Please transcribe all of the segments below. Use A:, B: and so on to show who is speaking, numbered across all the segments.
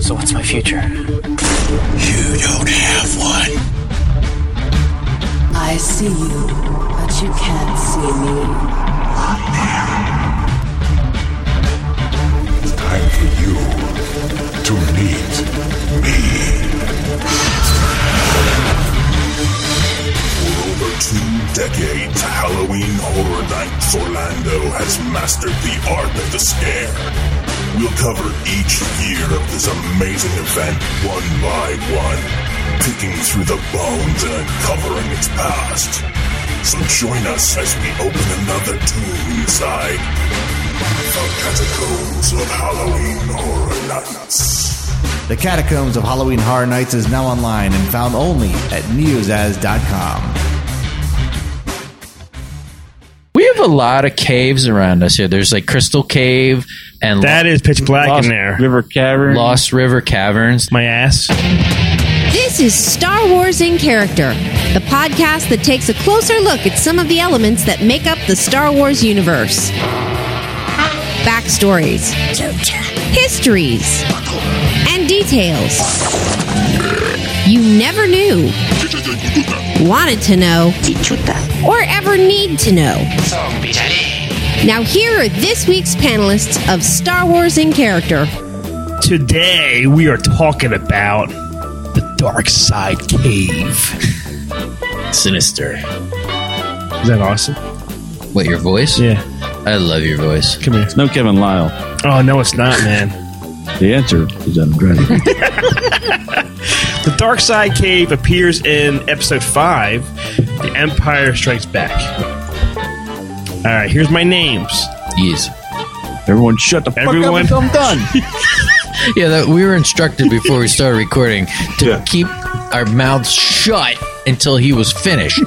A: So what's my future?
B: You don't have one.
C: I see you, but you can't see me.
B: It's time for you to meet me. For over two decades, Halloween Horror Nights Orlando has mastered the art of the scare. We'll cover each year of this amazing event one by one, picking through the bones and uncovering its past. So join us as we open another tomb inside the catacombs of Halloween Horror Nights.
D: The Catacombs of Halloween Horror Nights is now online and found only at newsaz.com.
E: We have a lot of caves around us here. There's like Crystal Cave and
F: That is pitch black
E: Lost
F: in there.
G: River Cavern.
E: Lost River Caverns.
F: My ass.
H: This is Star Wars in Character, the podcast that takes a closer look at some of the elements that make up the Star Wars universe. Backstories, histories, and details you never knew, wanted to know, or ever need to know. Now, here are this week's panelists of Star Wars in Character.
F: Today we are talking about the dark side cave.
E: Sinister.
F: Is that awesome?
E: What, your voice?
F: Yeah.
E: I love your voice.
F: Come here.
G: It's no Kevin Lyle.
F: Oh no, it's not, man.
G: The answer is Andretti.
F: the dark side cave appears in episode five, The Empire Strikes Back. All right, here's my names.
E: Yes.
G: Everyone, shut the fuck
F: Everyone-
G: up. I'm done.
E: Yeah, that, we were instructed before we started recording to
G: Yeah.
E: keep our mouths shut until he was finished.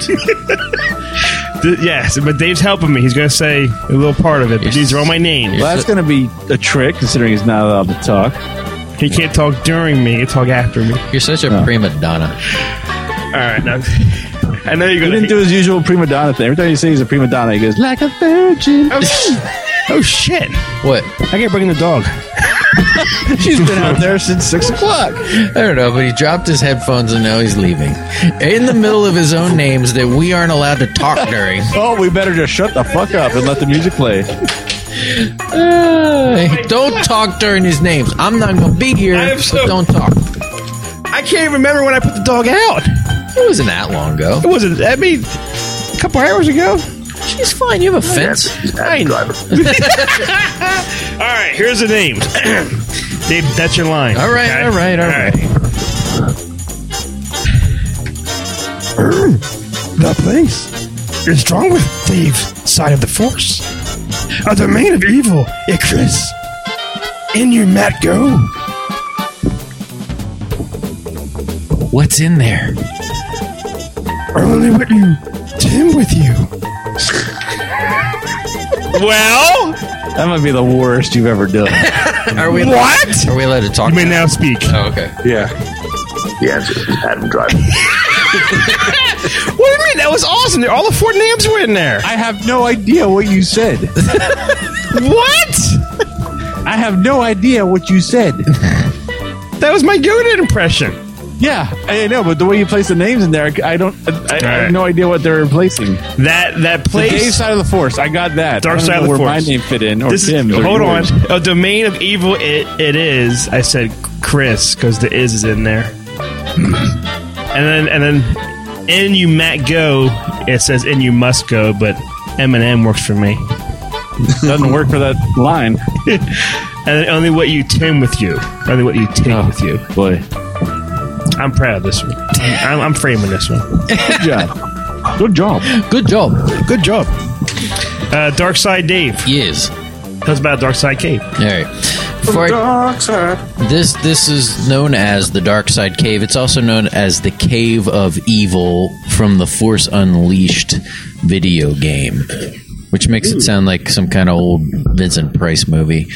F: Th- yes, but Dave's helping me. He's going to say a little part of it, but these are all my names.
G: well, that's going to be a trick, considering he's not allowed to talk.
F: He can't talk during me. He can talk after me.
E: You're such a prima donna.
F: All right, now I know you're
G: He
F: going
G: didn't do his usual prima donna thing. Every time you say he's a prima donna, he goes like a virgin.
F: Oh shit!
E: What?
F: I can't bring in the dog.
G: She's been out there since six o'clock.
E: I don't know, but he dropped his headphones and now he's leaving. In the middle of his own names that we aren't allowed to talk during.
G: Oh, we better just shut the fuck up and let the music play.
E: Hey, don't talk during his names. I'm not going to be here,
F: Oh I am
E: but
F: so-
E: don't talk.
F: I can't even remember when I put the dog out.
E: It wasn't that long ago.
F: It wasn't. I mean, a couple hours ago.
E: She's fine. You have a fence.
F: I know. All right, here's the names. Dave, that's your line.
E: All right, all right, all right.
F: The place is strong with Dave's side of the force. A domain of evil, Icarus. In you, Matt, go.
E: What's in there?
F: Only with you, Tim with you. well,
G: That might be the worst you've ever done.
E: Are we?
F: what?
E: Are we allowed to talk?
F: You may now speak.
E: Oh, okay.
G: yeah.
F: What do you mean? That was awesome. All the four names were in there.
G: I have no idea what you said.
F: What?
G: I have no idea what you said.
F: That was my Yoda impression.
G: Yeah, I know, but the way you place the names in there, I don't. I, I have no idea what they're replacing.
F: That that
G: The gay
F: place.
G: side of the force. I got that.
F: Dark
G: I don't
F: side of
G: know
F: the
G: where
F: force.
G: my name fit in or
F: This is,
G: Tim's or
F: hold on.
G: yours.
F: A domain of evil. It it is. I said Chris because the is is in there. and then and then in you Matt go. It says in you must go, but M and M works for me.
G: Doesn't work for that line.
F: And then only what you Tim with you. Only what you Tim
G: Oh.
F: with you.
G: Boy,
F: I'm proud of this one. I'm, I'm framing this one.
G: good job. Good job.
E: Good job.
F: Good job. Uh, Dark Side Dave.
E: Yes.
F: Tell us about Dark Side Cave.
E: All right. For- This this is known as the Dark Side Cave. It's also known as the Cave of Evil from the Force Unleashed video game, which makes it sound like some kind of old Vincent Price movie.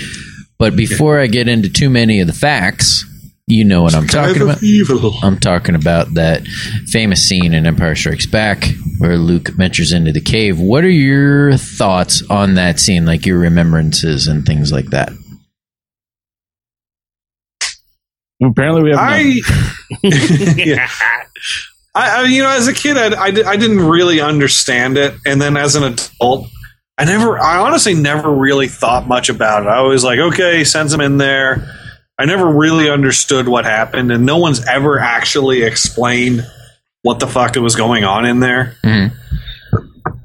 E: But before I get into too many of the facts, you know what I'm talking about. I'm talking about that famous scene in Empire Strikes Back where Luke ventures into the cave. What are your thoughts on that scene, like your remembrances and things like that?
G: Apparently, we have. none.
B: I, I, I you know, as a kid, I, I, di- I didn't really understand it, and then as an adult, I never, I honestly never really thought much about it. I was like, okay, sends them in there. I never really understood what happened, and no one's ever actually explained what the fuck was going on in there.
F: Mm-hmm.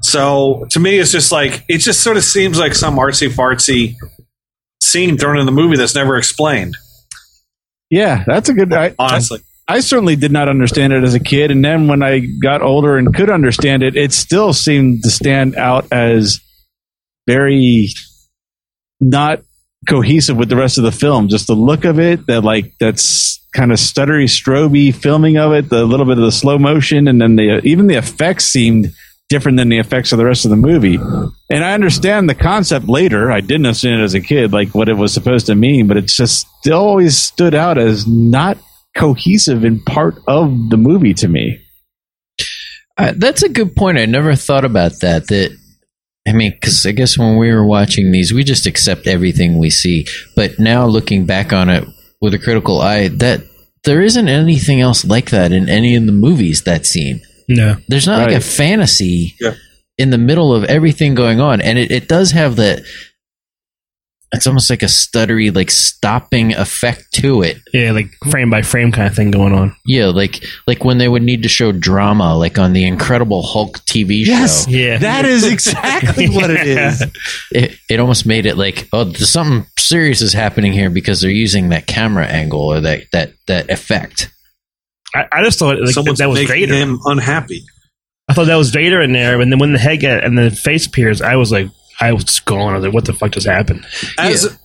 B: So to me, it's just like it just sort of seems like some artsy fartsy scene thrown in the movie that's never explained.
G: Yeah, that's a good. I,
B: Honestly,
G: I certainly did not understand it as a kid, and then when I got older and could understand it, it still seemed to stand out as very not cohesive with the rest of the film. Just the look of it, that like that's kind of stuttery, stroby filming of it, the little bit of the slow motion, and then the even the effects seemed different than the effects of the rest of the movie. And I understand the concept later. I didn't understand it as a kid, like what it was supposed to mean, but it's just still always stood out as not cohesive and part of the movie to me.
E: Uh, that's a good point. I never thought about that. That I mean, because I guess when we were watching these, we just accept everything we see. But now looking back on it with a critical eye, that there isn't anything else like that in any of the movies that scene.
F: No.
E: There's not like a
G: Right.
E: fantasy
B: Yeah.
E: in the middle of everything going on, and it, it does have that. It's almost like a stuttery, like stopping effect to it.
F: Yeah, like frame by frame kind of thing going on.
E: Yeah, like like when they would need to show drama, like on the Incredible Hulk TV show.
F: Yeah.
G: That is exactly what it is.
E: It, it almost made it like, oh, there's something serious is happening here because they're using that camera angle or that that that effect.
F: I, I just thought like, that,
B: someone's
F: that was
B: making
F: Vader.
B: him unhappy.
F: I thought that was Vader in there, and then when the head got, and the face appears, I was like, I was gone. I was like, what the fuck just happened?
B: as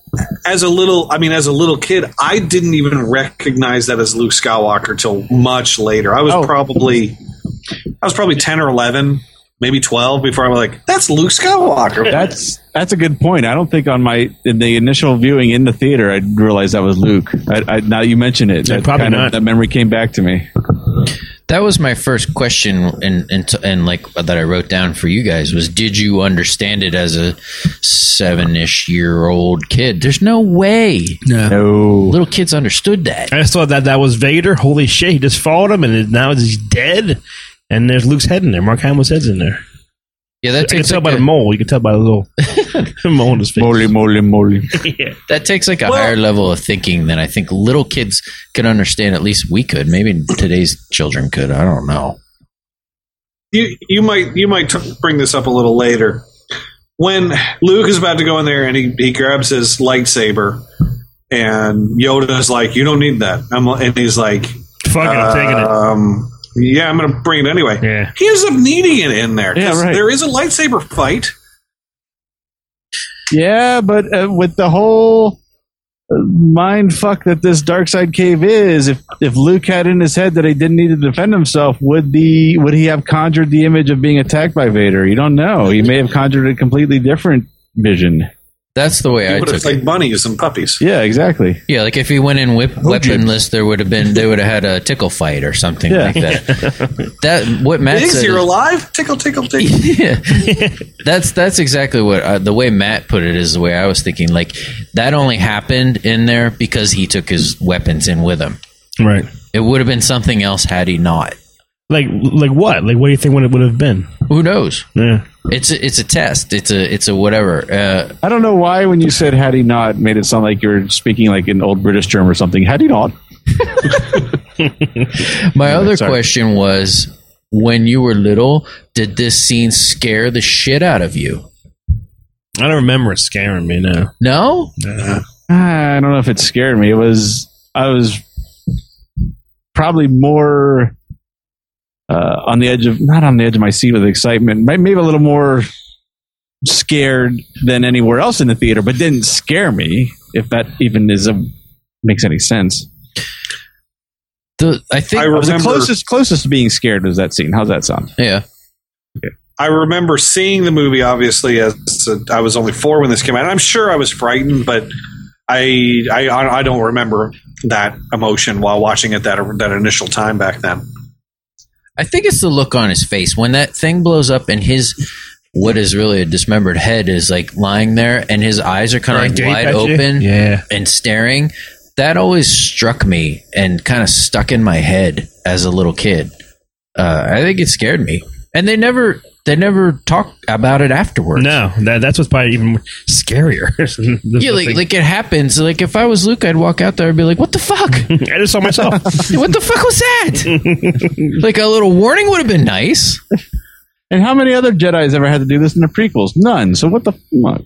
B: as a little i mean as a little kid i didn't even recognize that as luke skywalker till much later i was
G: Oh.
B: probably i was probably 10 or 11 maybe 12 before i was like that's luke skywalker
G: That's that's a good point. I don't think on my in the initial viewing in the theater, I realized that was Luke. I, I, now you mention it,
F: Yeah,
G: that
F: probably
G: kind of-
F: not.
G: that memory came back to me.
E: That was my first question, and and t- and like that I wrote down for you guys was, did you understand it as a seven-ish year old kid? There's no way
G: No,
E: little kids understood that.
F: I just thought that that was Vader. Holy shit, he just followed him, and it- now he's dead. And there's Luke's head in there. Mark Hamill's head's in there.
E: Yeah, that
F: I can
E: takes
F: tell
E: like
F: by
E: a,
F: the mole. You can tell by the little mole in his face.
G: moly, moly, moly.
F: yeah.
E: that takes like a higher level of thinking than I think little kids could understand. At least we could. Maybe today's children could. I don't know.
B: you you might you might t- bring this up a little later when Luke is about to go in there and he, he grabs his lightsaber and Yoda's like you don't need that I'm, and he's like
F: Fuck it, I'm taking it.
B: um yeah I'm gonna bring it anyway
F: Yeah.
B: he ends up needing it in there 'cause
G: Yeah, right.
B: there is a lightsaber fight
G: Yeah, but uh, with the whole uh, mind fuck that this dark side cave is, if if Luke had in his head that he didn't need to defend himself, would the would he have conjured the image of being attacked by Vader? You don't know. He may have conjured a completely different vision.
E: That's the way I
B: But
E: took
B: it's
E: it.
B: like bunnies and puppies.
G: Yeah, exactly.
E: yeah, like if he went in whip, weaponless, there would have been they would have had a tickle fight or something
G: Yeah.
E: like that. that what Matt
B: Biggs,
E: said.
B: you're
E: is-
B: alive? Tickle, tickle, tickle.
E: yeah. that's that's exactly what uh, the way Matt put it is the way I was thinking. Like that only happened in there because he took his weapons in with him.
F: Right.
E: It would have been something else had he not.
F: Like, like what? Like, what do you think would it would have been?
E: Who knows?
F: Yeah.
E: It's a, it's a test. It's a it's a whatever. Uh,
G: I don't know why when you said had he not made it sound like you're speaking like an old British term or something. Had he not?
E: my other
G: sorry.
E: question was: When you were little, did this scene scare the shit out of you?
F: I don't remember it scaring me. No.
E: No,
G: Ah, I don't know if it scared me. It was I was probably more uh, on the edge of not on the edge of my seat with excitement, may- maybe a little more scared than anywhere else in the theater, but didn't scare me. If that even is a makes any sense.
E: the I think
B: I
G: I was the
B: Remember-
G: closest closest to being scared was that scene. How's that sound?
E: yeah.
B: I remember seeing the movie, obviously, as a, I was only four when this came out. And I'm sure I was frightened, but I, I I don't remember that emotion while watching it that that initial time back then.
E: I think it's the look on his face when that thing blows up and his what is really a dismembered head is like lying there and his eyes are kind of like wide open
F: Yeah.
E: and staring. that always struck me and kind of stuck in my head as a little kid. Uh, I think it scared me, and they never they never talked about it afterwards.
F: No, that, that's what's probably even scarier.
E: Yeah, like, like it happens. Like if I was Luke, I'd walk out there and be like, "What the fuck?
F: I just saw myself.
E: what the fuck was that?" like a little warning would have been nice.
G: And how many other Jedi's ever had to do this in the prequels? None. So what the fuck?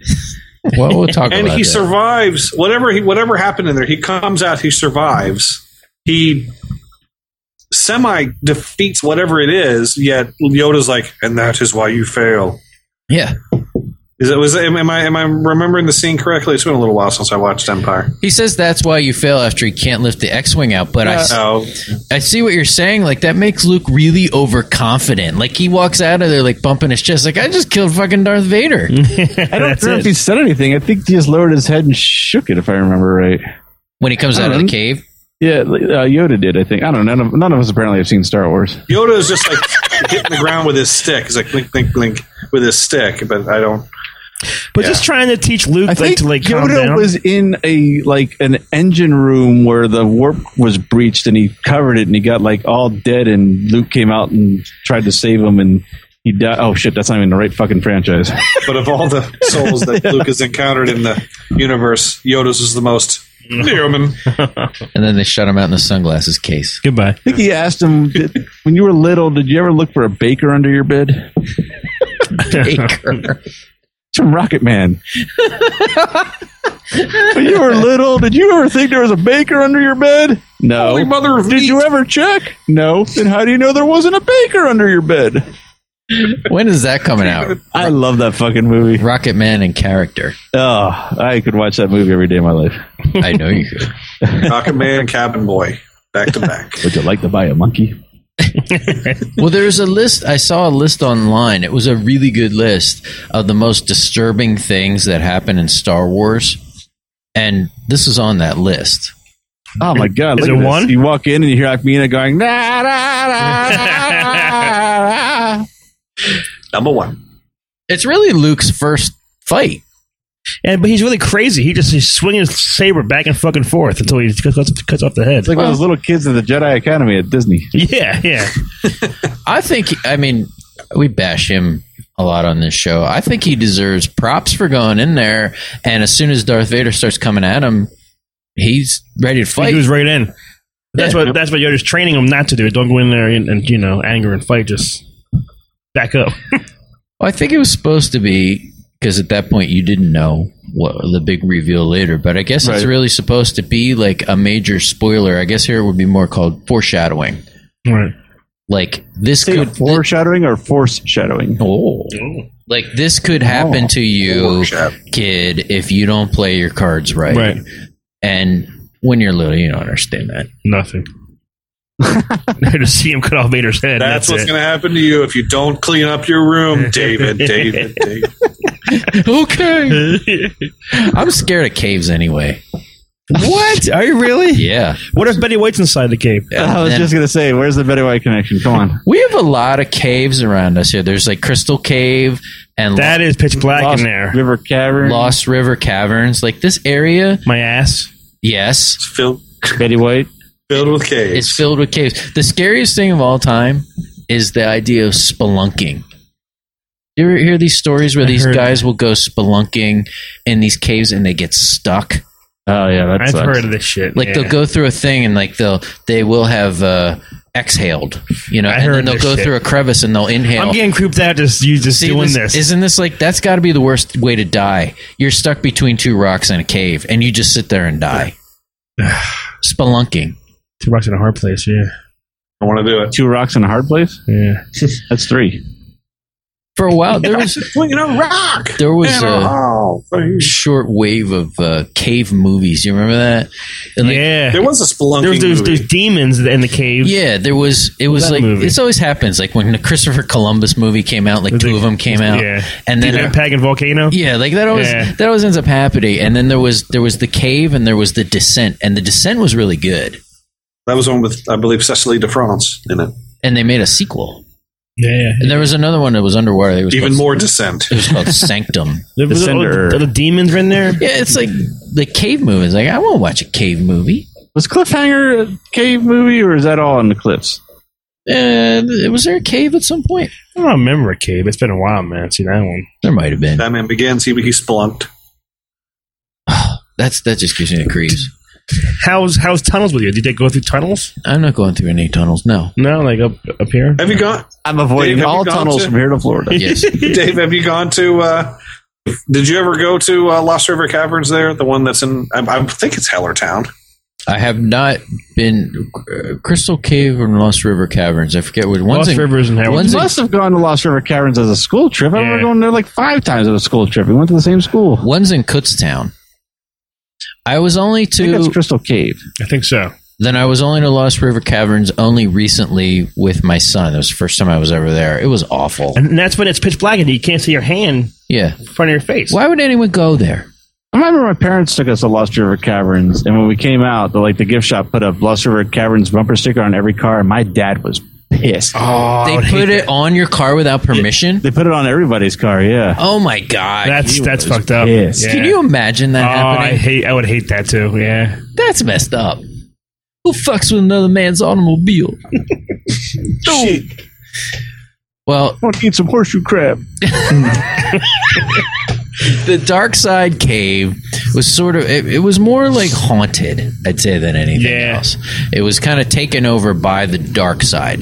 E: Well, we'll talk
B: and
E: about
B: he
E: that.
B: survives whatever he whatever happened in there he comes out he survives he semi defeats whatever it is yet yoda's like and that is why you fail
E: yeah,
B: is it was am, am i am i remembering the scene correctly it's been a little while since i watched empire
E: he says that's why you fail after you can't lift the X-wing out. But I s
G: Uh,
E: I
B: so
E: I see what you're saying. Like that makes Luke really overconfident. Like he walks out of there like bumping his chest. Like I just killed fucking Darth Vader.
G: I don't
F: That's
G: know
F: it.
G: if he said anything. I think he just lowered his head and shook it, if I remember right.
E: when he comes out of the
B: Uh-huh.
G: Um,
E: cave.
G: Yeah, uh, Yoda did. I think. I don't know. None of, none of us apparently have seen Star Wars.
B: yoda is just like hitting the ground with his stick he's like link link link with his stick but i don't
F: But just trying to teach Luke
G: I
F: like,
G: think
F: to like calm
G: Yoda
F: down.
G: was in a like an engine room where the warp was breached, and he covered it, and he got like all dead, and Luke came out and tried to save him, and he died. Oh shit, that's not even the right fucking franchise.
B: but of all the souls that luke has encountered in the universe yoda's is the most human
E: And then they shut him out in the sunglasses case.
F: Goodbye.
G: I think he asked him "Did- when you were little, did you ever look for a baker under your bed? It's
E: Baker.
G: from Rocket Man. when you were little, did you ever think there was a baker under your bed? No.
B: Holy mother of
G: did you ever check? No. Then how do you know there wasn't a baker under your bed?
E: when is that coming out?
G: I love that fucking movie.
E: Rocket Man in character.
G: Oh, I could watch that movie every day of my life.
E: I know you could.
B: Rocket Man, Cabin Boy, back to back.
G: Would you like to buy a monkey?
E: Well, there's a list. I saw a list online. It was a really good list of the most disturbing things that happen in Star Wars. And this is on that list.
G: Oh my god!
F: Is
G: look
F: it
G: at this.
F: one?
G: You walk in and you hear Akmina going. "Na, na, na, na, na."
B: Number one.
E: It's really Luke's first fight.
F: And but he's really crazy. He just he's swinging his saber back and fucking forth until he cuts, cuts, cuts off the head.
G: It's like those little kids at the Jedi Academy at Disney.
F: yeah, yeah.
E: I think, I mean, we bash him a lot on this show. I think he deserves props for going in there. And as soon as Darth Vader starts coming at him, he's ready to fight.
F: he was right in. That's
E: Yeah.
F: what that's what Yoda's training him not to do. Don't go in there and, and you know anger and fight. Just back up.
E: Well, I think it was supposed to be because at that point you didn't know what the big reveal later, but I guess it's
G: Right.
E: really supposed to be like a major spoiler. I guess here it would be more called foreshadowing.
F: right.
E: Like this
G: Say
E: could
G: foreshadowing or force shadowing?
E: oh, like this could happen to you, kid, if you don't play your cards right.
F: Right.
E: And when you're little, you don't understand that.
F: Nothing. just see him cut off Vader's head.
B: That's,
F: That's,
B: what's
F: it.
B: going to happen to you if you don't clean up your room, David, David, David.
E: okay. I'm scared of caves anyway.
F: what? Are you really?
E: Yeah.
F: What if Betty White's inside the cave?
G: I was
E: And-
G: just gonna say, where's the Betty White connection? Come on,
E: We have a lot of caves around us here. There's like Crystal Cave and
F: That is pitch black
G: Lost
F: in there.
G: River Cavern,
E: Lost River Caverns. Like this area,
F: My ass.
E: yes,
B: It's filled,
G: Betty White.
B: filled with
E: is
B: caves.
E: filled with caves. The scariest thing of all time is the idea of spelunking. You ever hear these stories where these
F: heard
E: guys will go spelunking in these caves and they get stuck?
G: Oh yeah, that
F: I've
G: sucks.
F: heard of this shit.
E: Like
F: yeah.
E: they'll go through a thing and like they'll they will have uh, exhaled, you know,
F: I
E: and then
F: heard
E: they'll
F: this
E: go
F: shit.
E: through a crevice and they'll inhale.
F: I'm getting creeped out just you just
E: See,
F: doing
E: this-
F: this.
E: Isn't this like that's got to be the worst way to die? You're stuck between two rocks in a cave, and you just sit there and die. Spelunking.
F: Two rocks in a hard place. Yeah,
B: I want to do it.
G: Two rocks in a hard place.
F: yeah.
G: That's three.
E: For a while, there was
B: Well, you know, rock.
E: there was
B: And
E: a
B: all things.
E: short wave of uh, cave movies. You remember that? And, like,
F: yeah.
B: There was a spelunking
F: There was those,
B: movie.
F: those demons in the cave.
E: yeah, there was. It was
F: That
E: like
F: movie.
E: this always happens. Like when the Christopher Columbus movie came out, like
F: Was
E: two
F: it-
E: of them came out,
F: yeah.
E: and then
F: Deep Impact and volcano.
E: Yeah, like that always
F: Yeah.
E: that always ends up happening. And then there was there was the cave, and there was the descent, and the descent was really good.
B: that was one with, I believe, Cecily de France in it.
E: And they made a sequel.
F: Yeah, yeah.
E: And there was another one that was underwater. It was
B: Even
E: called-
B: more descent.
E: It was called Sanctum.
F: The, the,
I: Descender.
F: the, demons in there.
E: Yeah, it's like the cave movies. Like I won't watch a cave movie.
I: Was Cliffhanger a cave movie, or is that all in the cliffs?
E: And was there a cave at some point?
F: I don't remember a cave. It's been a while, man. See that one.
E: There might have been.
B: Batman begins. He he spelunked.
E: That's that just gives me the creeps.
F: How's how's tunnels with you? Did they go through tunnels?
E: I'm not going through any tunnels. No.
F: No, like up up here.
B: Have you gone,
I: I'm avoiding
B: Dave, have you
I: all
B: gone
I: tunnels
B: to-
I: from here to Florida.
E: Yes.
B: Dave? Have you gone to? Uh, did you ever go to uh, Lost River Caverns? There, the one that's in. I, I think it's Hellertown.
E: I have not been uh, Crystal Cave and Lost River Caverns. I forget what one's
F: Lost
E: in,
F: Rivers and Howard.
E: one's
I: You
E: in,
I: must have gone to Lost River Caverns as a school trip. I remember
F: Yeah.
I: going there like five times on a school trip. We went to the same school.
E: one's in Kutztown. I was only
I: I think it's
E: to
I: Crystal Cave.
F: I think so.
E: then I was only to Lost River Caverns only recently with my son. It was the first time I was ever there. It was awful.
F: And that's when it's pitch black and you can't see your hand
E: Yeah.
F: in front of your face.
E: Why would anyone go there?
I: I remember my parents took us to Lost River Caverns, and when we came out, the, like the gift shop put a Lost River Caverns bumper sticker on every car, and my dad was pissed.
F: Oh, I
E: they
F: would hate
E: put
F: that.
E: it on your car without permission?
I: They put it on everybody's car. Yeah,
E: Oh my god.
F: That's
E: He
F: that's
E: was-
F: fucked up.
I: pissed.
F: Yeah.
E: Can you imagine
F: Oh,
E: that
F: I
E: happening?
F: hate. I would hate that too. Yeah.
E: That's messed up. Who fucks with another man's automobile? well,
I: I want to eat some horseshoe crab.
E: the dark side cave was sort of it, it was more like haunted i'd say than anything
F: Yeah.
E: else it was kind of taken over by the dark side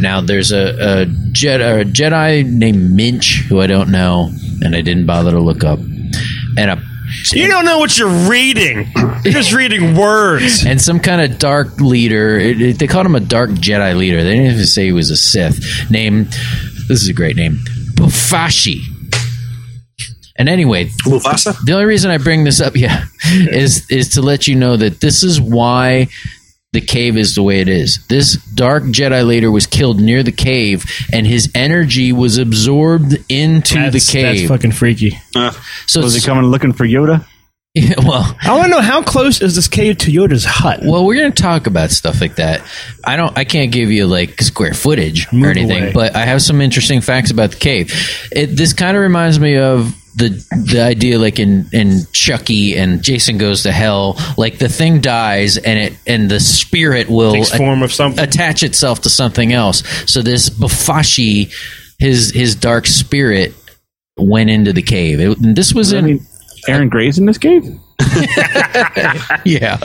E: now there's a, a, jedi, a jedi named minch who i don't know and i didn't bother to look up and a
F: You don't know what you're reading. You're just reading words.
E: and some kind of dark leader. It, it- they called him a dark Jedi leader. They didn't even say he was a Sith. Name, this is a great name, Bufashi. And anyway,
B: Mufasa.
E: the only reason I bring this up, yeah, is is to let you know that this is why the cave is the way it is. This dark Jedi leader was killed near the cave, and his energy was absorbed into
F: That's-
E: the cave.
F: That's fucking freaky.
E: so
I: Was he
E: it's-
I: coming looking for Yoda?
E: yeah, well,
F: I want to know how close is this cave to Yoda's hut?
E: Well, we're gonna talk about stuff like that. I don't. I can't give you like square footage or
F: Move
E: anything,
F: away.
E: but I have some interesting facts about the cave. It, this kind of reminds me of the the idea like in in Chucky and Jason Goes to Hell. Like the thing dies and it and the spirit will
F: Takes
E: a-
F: form of something.
E: attach itself to something else. So this Bafashi, his his dark spirit went into the cave. It, and this was
I: I
E: in
I: mean, Aaron Gray's in this cave.
E: yeah,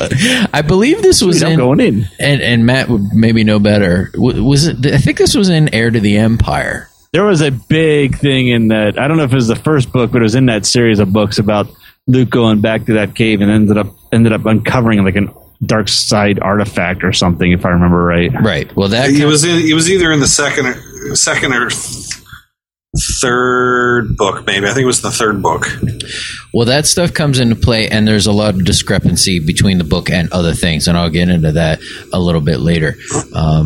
E: I believe this was
I: Dude, I'm
E: in
I: going in.
E: and and Matt would maybe know better. W- Was it? I think this was in Heir to the Empire.
I: There was a big thing in that. I don't know if it was the first book, but it was in that series of books about Luke going back to that cave and ended up ended up uncovering like an dark side artifact or something, if I remember right.
E: Right. Well, that
B: It was in, it was either in the second or, second or th- third book, maybe. I think it was the third book.
E: well that stuff comes into play, and there's a lot of discrepancy between the book and other things, and I'll get into that a little bit later. Um,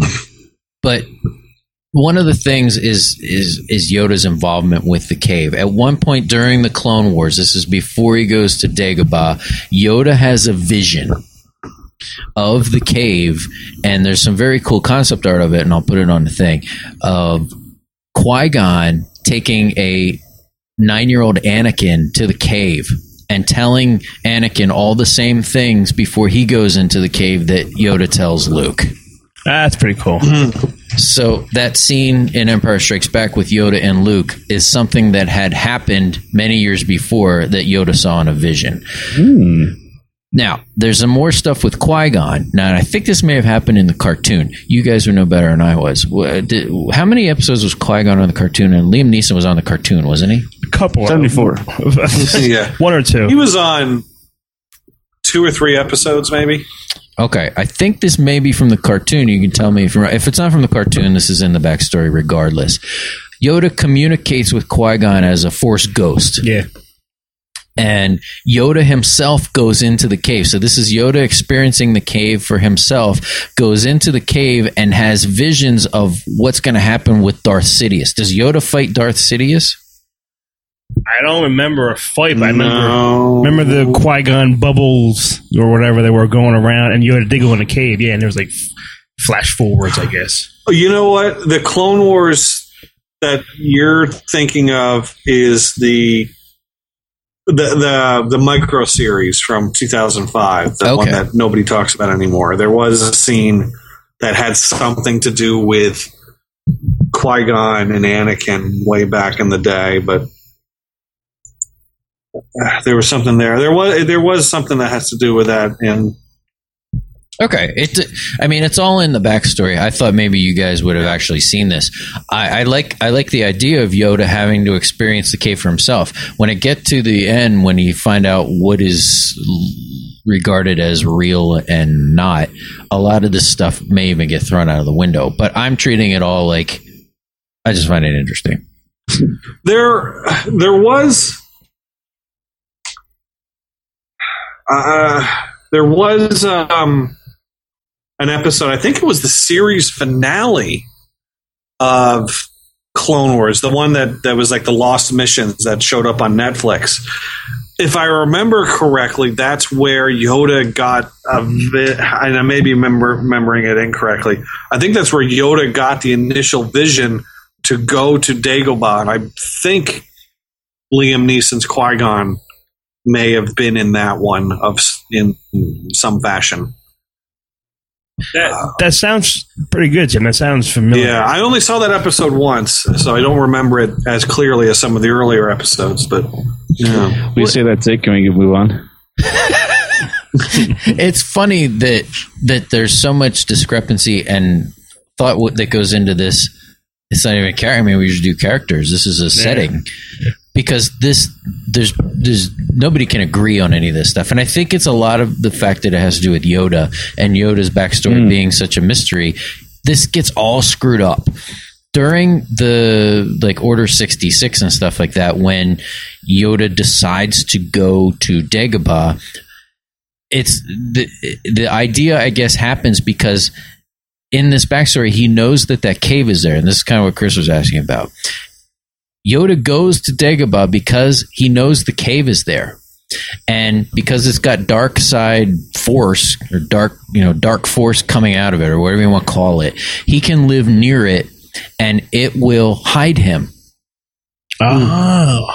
E: but one of the things is is is Yoda's involvement with the cave. At one point during the Clone Wars, this is before he goes to Dagobah, Yoda has a vision of the cave, and there's some very cool concept art of it, and I'll put it on the thing of Qui Gon taking a nine year old Anakin to the cave and telling Anakin all the same things before he goes into the cave that Yoda tells Luke.
F: That's pretty cool.
E: So that scene in Empire Strikes Back with Yoda and Luke is something that had happened many years before that Yoda saw in a vision. Now, there's some more stuff with Qui Gon. Now, and I think this may have happened in the cartoon. You guys would know better than I was. Wha- did- How many episodes was Qui Gon on the cartoon? And Liam Neeson was on the cartoon, wasn't he?
F: A couple.
I: Seventy four.
B: Yeah.
F: One or two.
B: He was on two or three episodes, maybe.
E: Okay, I think this may be from the cartoon. You can tell me if you're right. If it's not from the cartoon, this is in the backstory regardless. Yoda communicates with Qui Gon as a Force ghost.
F: Yeah.
E: and Yoda himself goes into the cave. So this is Yoda experiencing the cave for himself, goes into the cave and has visions of what's going to happen with Darth Sidious. Does Yoda fight Darth Sidious?
F: I don't remember a fight, but I remember.
B: No.
F: Remember the Qui Gon bubbles or whatever they were going around, and you had to dig in the cave. Yeah, and there was like f- flash forwards, I guess.
B: You know what? The Clone Wars that you're thinking of is the the the, the micro series from 2005, the one
E: Okay.
B: that nobody talks about anymore. There was a scene that had something to do with Qui Gon and Anakin way back in the day, but uh, there was something there. There was there was something that has to do with that, and
E: Okay, it. I mean, it's all in the backstory. I thought maybe you guys would have actually seen this. I, I like. I like the idea of Yoda having to experience the cave for himself. When it get to the end, when you find out what is regarded as real and not, a lot of this stuff may even get thrown out of the window. But I'm treating it all like. I just find it interesting.
B: there there was uh, there was um, an episode i think it was the series finale of clone wars the one that, that was like the lost missions that showed up on netflix if i remember correctly that's where yoda got a vi- and i may be remember, remembering it incorrectly i think that's where yoda got the initial vision to go to Dagobah. And I think Liam Neeson's Qui Gon may have been in that one of s- in some fashion.
F: That, that sounds pretty good, Jim. That sounds familiar.
B: Yeah, I only saw that episode once, so I don't remember it as clearly as some of the earlier episodes. But yeah,
I: We say that's it. Can we move on?
E: it's funny that that there's so much discrepancy and thought what, that goes into this. It's not even character. I mean, we just do characters. This is a setting because this there's there's nobody can agree on any of this stuff, and I think it's a lot of the fact that it has to do with Yoda and Yoda's backstory being such a mystery. This gets all screwed up during the like Order sixty six and stuff like that when Yoda decides to go to Dagobah it's the the idea I guess happens because in this backstory he knows that that cave is there, and this is kind of what Chris was asking about. Yoda goes to Dagobah because he knows the cave is there, and because it's got dark side force or dark you know dark force coming out of it or whatever you want to call it, he can live near it and it will hide him.
F: Oh.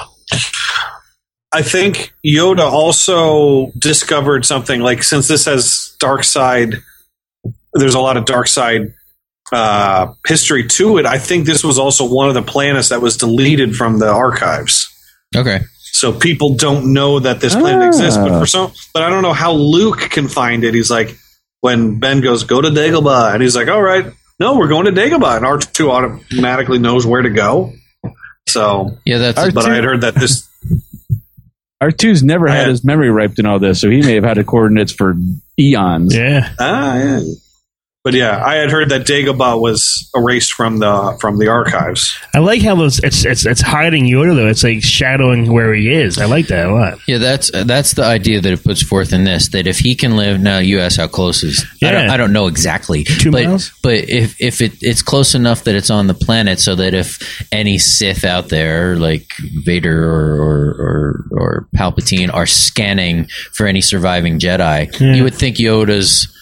B: I think Yoda also discovered something like since this has dark side. There's a lot of dark side uh, history to it. I think this was also one of the planets that was deleted from the archives.
E: Okay,
B: so people don't know that this planet exists.
I: Ah.
B: But for some, but I don't know how Luke can find it. He's like, when Ben goes, go to Dagobah, and he's like, all right, no, we're going to Dagobah, and R two automatically knows where to go. So,
E: yeah, that's
B: but I had heard that this.
I: R2's never
B: I
I: had
B: had-
I: his memory wiped and all this, so he may have had the coordinates for eons.
F: Yeah.
B: Ah, yeah. But yeah, I had heard that Dagobah was erased from the from the archives.
F: I like how those it's it's it's hiding Yoda though. It's like shadowing where he is. I like that a lot.
E: Yeah, that's that's the idea that it puts forth in this. That if he can live now, you ask how close is. I, don't,
F: Yeah.
E: I don't know exactly,
F: Two
E: but
F: miles?
E: but if if it, it's close enough that it's on the planet, so that if any Sith out there like Vader or or, or, or Palpatine are scanning for any surviving Jedi, you would think Yoda's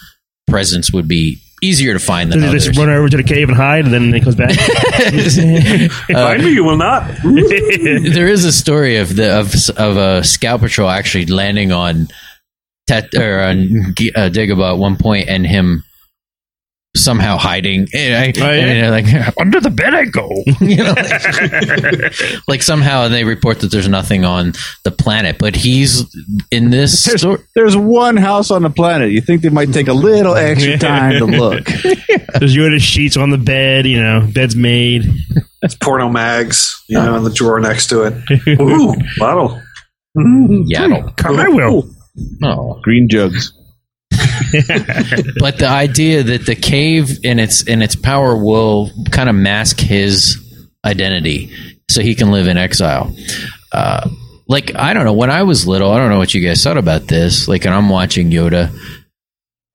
E: presence would be easier to find
F: Does
E: than
F: he
E: others. Uh,
F: just run over to the cave and hide, and then he comes back?
B: Find me, you will not.
E: there is a story of the of of a scout patrol actually landing on Tat or on G- uh, Dagobah at one point, and him somehow hiding. And I,
F: Oh, yeah?
E: and they're like
F: Under the bed I go.
E: you know, like, like somehow they report that there's nothing on the planet, but he's in this
I: There's,
E: story.
I: there's one house on the planet. You think they might take a little extra time to look.
F: There's Yoda sheets on the bed. You know, bed's made.
B: It's porno mags, you know, in the drawer next to it. Ooh, bottle.
E: Yaddle.
F: I will.
E: Oh.
I: Green jugs.
E: but the idea that the cave and its and its power will kind of mask his identity so he can live in exile uh, like i don't know when i was little i don't know what you guys thought about this like and i'm watching yoda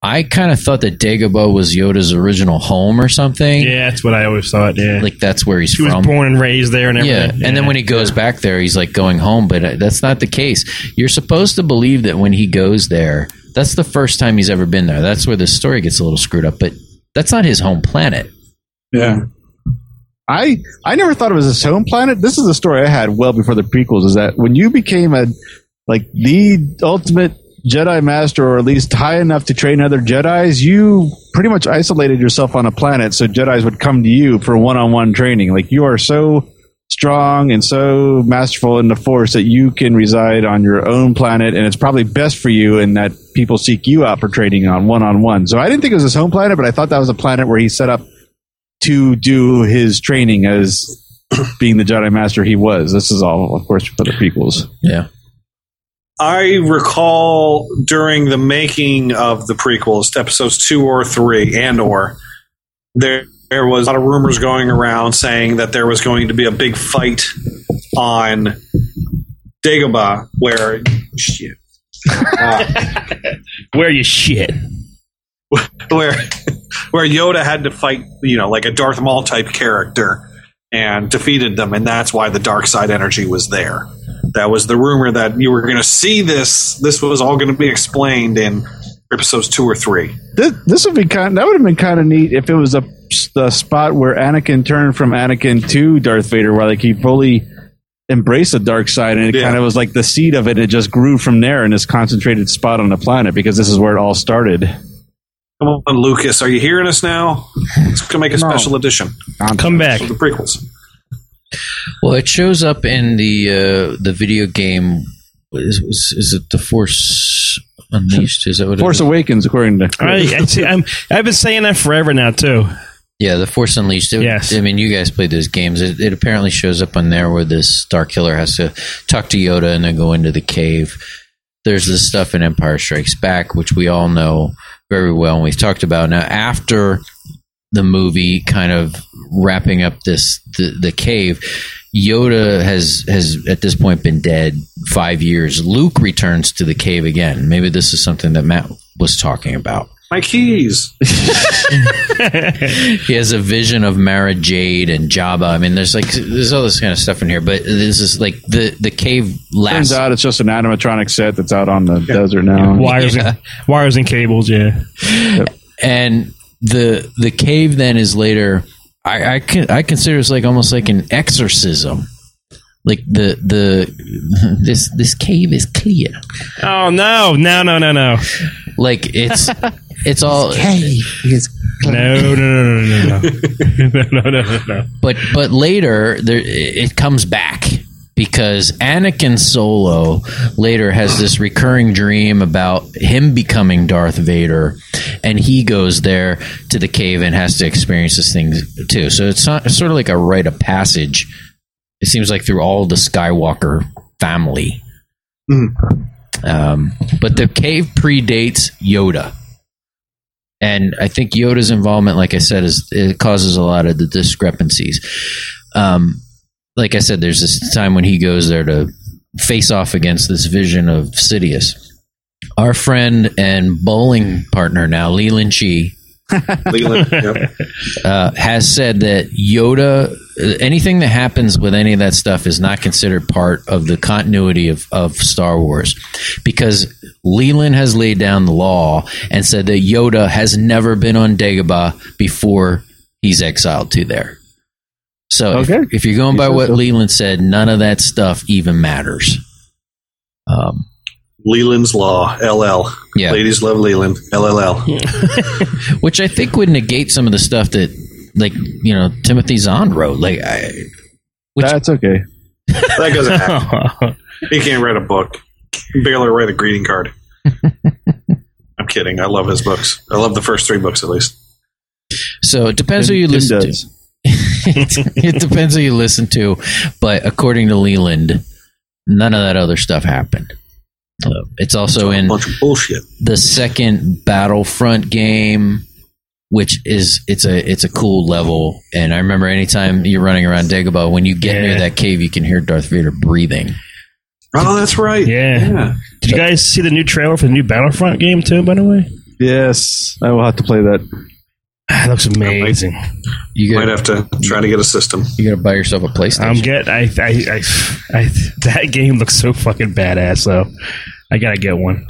E: i kind of thought that dagobah was yoda's original home or something
F: Yeah, that's what I always thought. Yeah,
E: like that's where he's
F: he was
E: from
F: born and raised there, and
E: yeah.
F: everything.
E: and then when he goes back there, he's like going home, but uh, that's not the case. You're supposed to believe that when he goes there, that's the first time he's ever been there. That's where the story gets a little screwed up, but that's not his home planet.
B: Yeah.
G: I I never thought of it as his home planet. This is the story I had well before the prequels. Is that when you became a like the ultimate Jedi master, or at least high enough to train other Jedi's, you pretty much isolated yourself on a planet, so Jedi's would come to you for one-on-one training. Like you are so strong and so masterful in the Force that you can reside on your own planet, and it's probably best for you, and that people seek you out for training on one-on-one. So I didn't think it was his home planet, but I thought that was a planet where he set up to do his training as being the Jedi Master he was. This is all, of course, for the prequels.
E: Yeah.
B: I recall during the making of the prequels, episodes two or three, and or there there was a lot of rumors going around saying that there was going to be a big fight on Dagobah, where shit, uh,
F: Where you shit?
B: where where Yoda had to fight, you know, like a Darth Maul type character and defeated them, and that's why the dark side energy was there. That was the rumor that you were going to see this. This was all going to be explained in episodes two or three.
G: This, this would be kind. That would have been kind of neat if it was a the spot where Anakin turned from Anakin to Darth Vader, where like he fully embraced the dark side, and it
B: Yeah.
G: kind of was like the seed of it. It just grew from there in this concentrated spot on the planet because this is where it all started.
B: Come on, Lucas, are you hearing us now? Let's go make a special edition
F: Come back.
B: of the prequels.
E: Well, it shows up in the uh, the video game. Is, is, is it the Force Unleashed? Is that what?
G: Force
E: it is?
G: Awakens, according to
F: I, I see, I'm, I've been saying that forever now too.
E: Yeah, the Force Unleashed. It-
F: Yes.
E: I mean, you guys played those games. It, it apparently shows up on there where this Star Killer has to talk to Yoda and then go into the cave. There's this stuff in Empire Strikes Back, which we all know very well and we've talked about. Now, after the movie kind of wrapping up this the, the cave yoda has has at this point been dead five years luke returns to the cave again maybe this is something that matt was talking about
B: My keys.
E: he has a vision of Mara Jade and Jabba. I mean, there's like there's all this kind of stuff in here, but this is like the the cave
G: Turns
E: lasts.
G: out it's just an animatronic set that's out on the desert now.
F: Wires
E: Yeah.
F: and wires and cables. Yeah.
E: and the the cave then is later. I I, con- I consider it's like almost like an exorcism. Like the the this this cave is clear.
F: Oh no! No! No! No! No!
E: Like it's it's all
F: No! No! No! No! No! No! no! No! No! No!
E: but but later there, it comes back because Anakin Solo later has this recurring dream about him becoming Darth Vader, and he goes there to the cave and has to experience this thing too. So it's not it's sort of like a rite of passage. It seems like through all the Skywalker family. Um, but the cave predates Yoda and I think Yoda's involvement, like I said, is it causes a lot of the discrepancies. Um, like I said, there's this time when he goes there to face off against this vision of Sidious. Our friend and bowling partner now, Leland Chi,
B: Leland, yep.
E: uh, has said that Yoda, uh, anything that happens with any of that stuff is not considered part of the continuity of, of Star Wars because Leland has laid down the law and said that Yoda has never been on Dagobah before he's exiled to there. So if-
G: Okay.
E: if, you're going by
G: said
E: what
G: so.
E: Leland said, none of that stuff even matters. Um,
B: Leland's Law, LL.
E: Yeah.
B: Ladies love Leland, LLL.
E: which I think would negate some of the stuff that, like, you know, Timothy Zahn wrote. Like, I, which
G: That's okay.
B: That doesn't happen. He can't write a book. He can barely write a greeting card. I'm kidding. I love his books. I love the first three books at least.
E: So it depends who you
G: Tim
E: listen
G: does.
E: to. it depends who you listen to, but according to Leland, none of that other stuff happened. Uh, it's also in
B: bunch of bullshit.
E: the second Battlefront game, which is it's a it's a cool level. And I remember anytime you're running around Dagobah, when you get near that cave, you can hear Darth Vader breathing.
B: Oh, that's right.
F: Yeah. Did you guys see the new trailer for the new Battlefront game too? By the way,
G: Yes, I will have to play that.
F: that looks amazing.
E: You
B: Might
E: gotta,
B: have to try to get a system.
E: you gotta buy yourself a PlayStation.
F: I'm get. I, I. I. I. That game looks so fucking badass. So I gotta get one.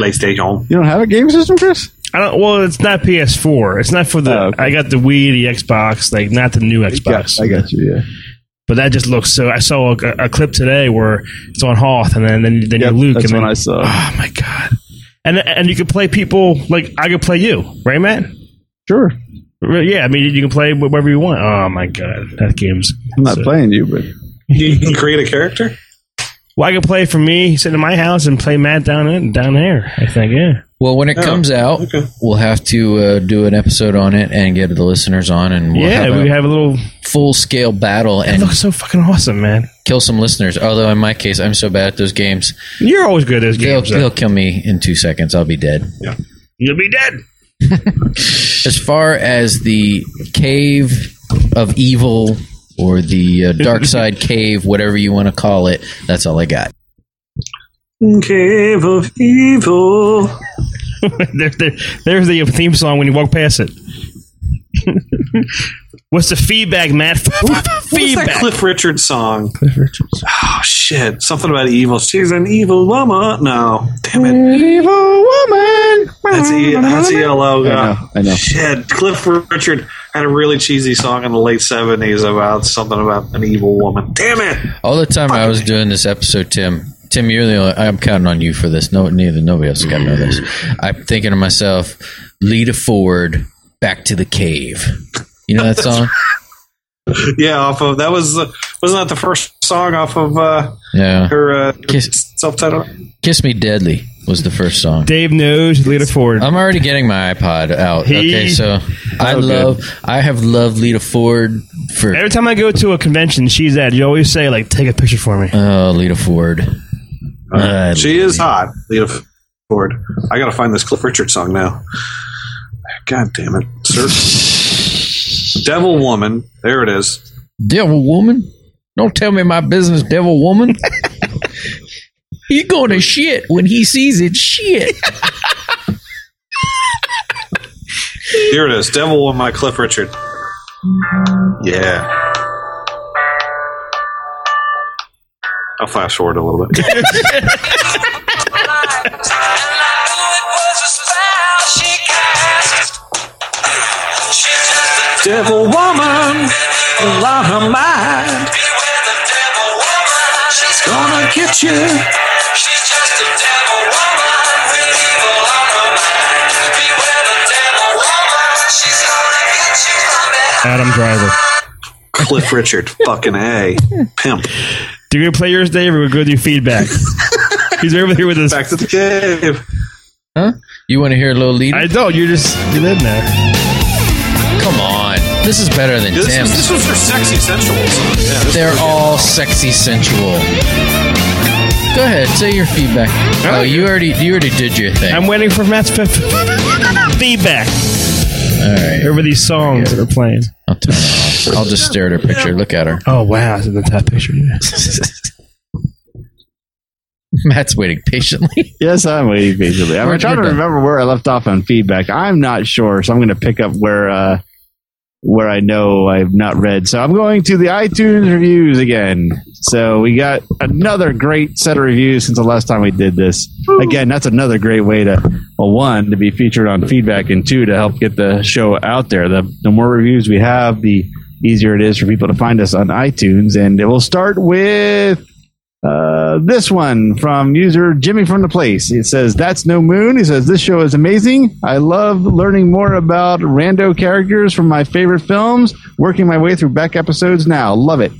B: PlayStation.
G: You don't have a game system, Chris?
F: I don't. Well, it's not PS4. It's not for
G: Oh,
F: the. I got the Wii, the Xbox, like not the new Xbox.
G: I got you. Yeah.
F: But that just looks so. I saw a, a clip today where it's on Hoth, and then then, then
G: Yep,
F: you're Luke,
G: that's
F: and then
G: one I saw.
F: Oh my god! And and you can play people like I could play you, right, man?
G: Sure.
F: Re- Yeah, I mean you can play whatever you want. Oh my god, that game's.
G: I'm not
F: so-
G: playing you, but
B: You can create a character.
F: Well, I could play for me, sit in my house and play Matt down in, down there. I think, yeah.
E: Well, when it comes out,
B: Oh, okay.
E: we'll have to uh, do an episode on it and get the listeners on, and we'll
F: yeah,
E: have
F: we
E: a
F: have a little.
E: full scale battle
F: It
E: and
F: looks so fucking awesome, man.
E: kill some listeners. Although in my case, I'm so bad at those games,
F: You're always good at those
E: they'll,
F: games. though.
E: they'll kill me in two seconds. I'll be dead.
F: You'll be dead.
E: As far as the cave of evil or the uh, dark side cave, whatever you want to call it, that's all I got.
B: Cave of Evil.
F: there, there, there's the theme song when you walk past it. What's the feedback, Matt?
B: What's that
F: feedback.
B: Cliff Richard song? Cliff Richards. Oh shit! Something about evil. She's an evil woman. No, damn it.
G: evil woman.
B: That's e- that's ELO.
G: I
B: God.
G: know, I know.
B: Shit, Cliff Richard had a really cheesy song in the late seventies about something about an evil woman. Damn it!
E: All the time I was doing this episode, Tim. Tim, you're the only. I'm counting on you for this. No, neither nobody else has got to know this. I'm thinking to myself, Lita Ford, back to the cave. You know that song?
B: Yeah, off of that was uh, wasn't that the first song off of uh,
E: Yeah.
B: her uh,
E: Kiss.
B: self-titled?
E: Kiss Me Deadly was the first song.
F: Dave knows. Leader forward.
E: I'm already getting my iPod out.
F: He-
E: okay, so I
G: Oh, good.
E: love. I have loved Lita Ford for
F: Every time I go to a convention, she's at. You always say like, take a picture for me.
E: oh Lita Ford. Uh,
B: She is hot. Lita Ford. I gotta find this Cliff Richard song now. God damn it, sir. Devil Woman. There it is.
E: devil woman. Don't tell me my business, devil woman. he going to shit when he sees it. Shit.
B: Here it is. Devil Woman by Cliff Richard. Yeah. I'll flash forward a little bit. Devil Woman, allow her mind. She's gonna get you.
F: Adam Driver.
B: Cliff Richard, fucking A. Pimp.
F: Do you gonna play yours, Dave, or we go do feedback? He's over here with his.
B: Back to the cave.
E: Huh? You want to hear a little Lita?
F: I don't. You're just you live there.
E: Come on. This is better than
B: This, is,
E: Tim's.
B: this was for sexy sensuals. Yeah, this-
E: They're all sexy sensual. Go ahead, say your feedback. Oh, you already you already did your thing.
F: I'm waiting for Matt's f- feedback
E: all right.
F: over these songs that are playing.
E: I'll turn it off. I'll just stare at her picture. Look at her.
F: Oh wow, that's the top picture.
E: Matt's waiting patiently.
G: Yes, I'm waiting patiently. I'm
E: We're-
G: trying to
E: we're done.
G: remember where I left off on feedback. I'm not sure, so I'm going to pick up where uh, where I know I've not read. So I'm going to the iTunes reviews again. So we got another great set of reviews since the last time we did this. Again, that's another great way to well, one to be featured on feedback, and two to help get the show out there. The the more reviews we have, the easier it is for people to find us on iTunes. And we'll start with uh, this one from user Jimmy from the place. It says, That's no moon. He says, This show is amazing. I love learning more about rando characters from my favorite films, working my way through back episodes now. Love it.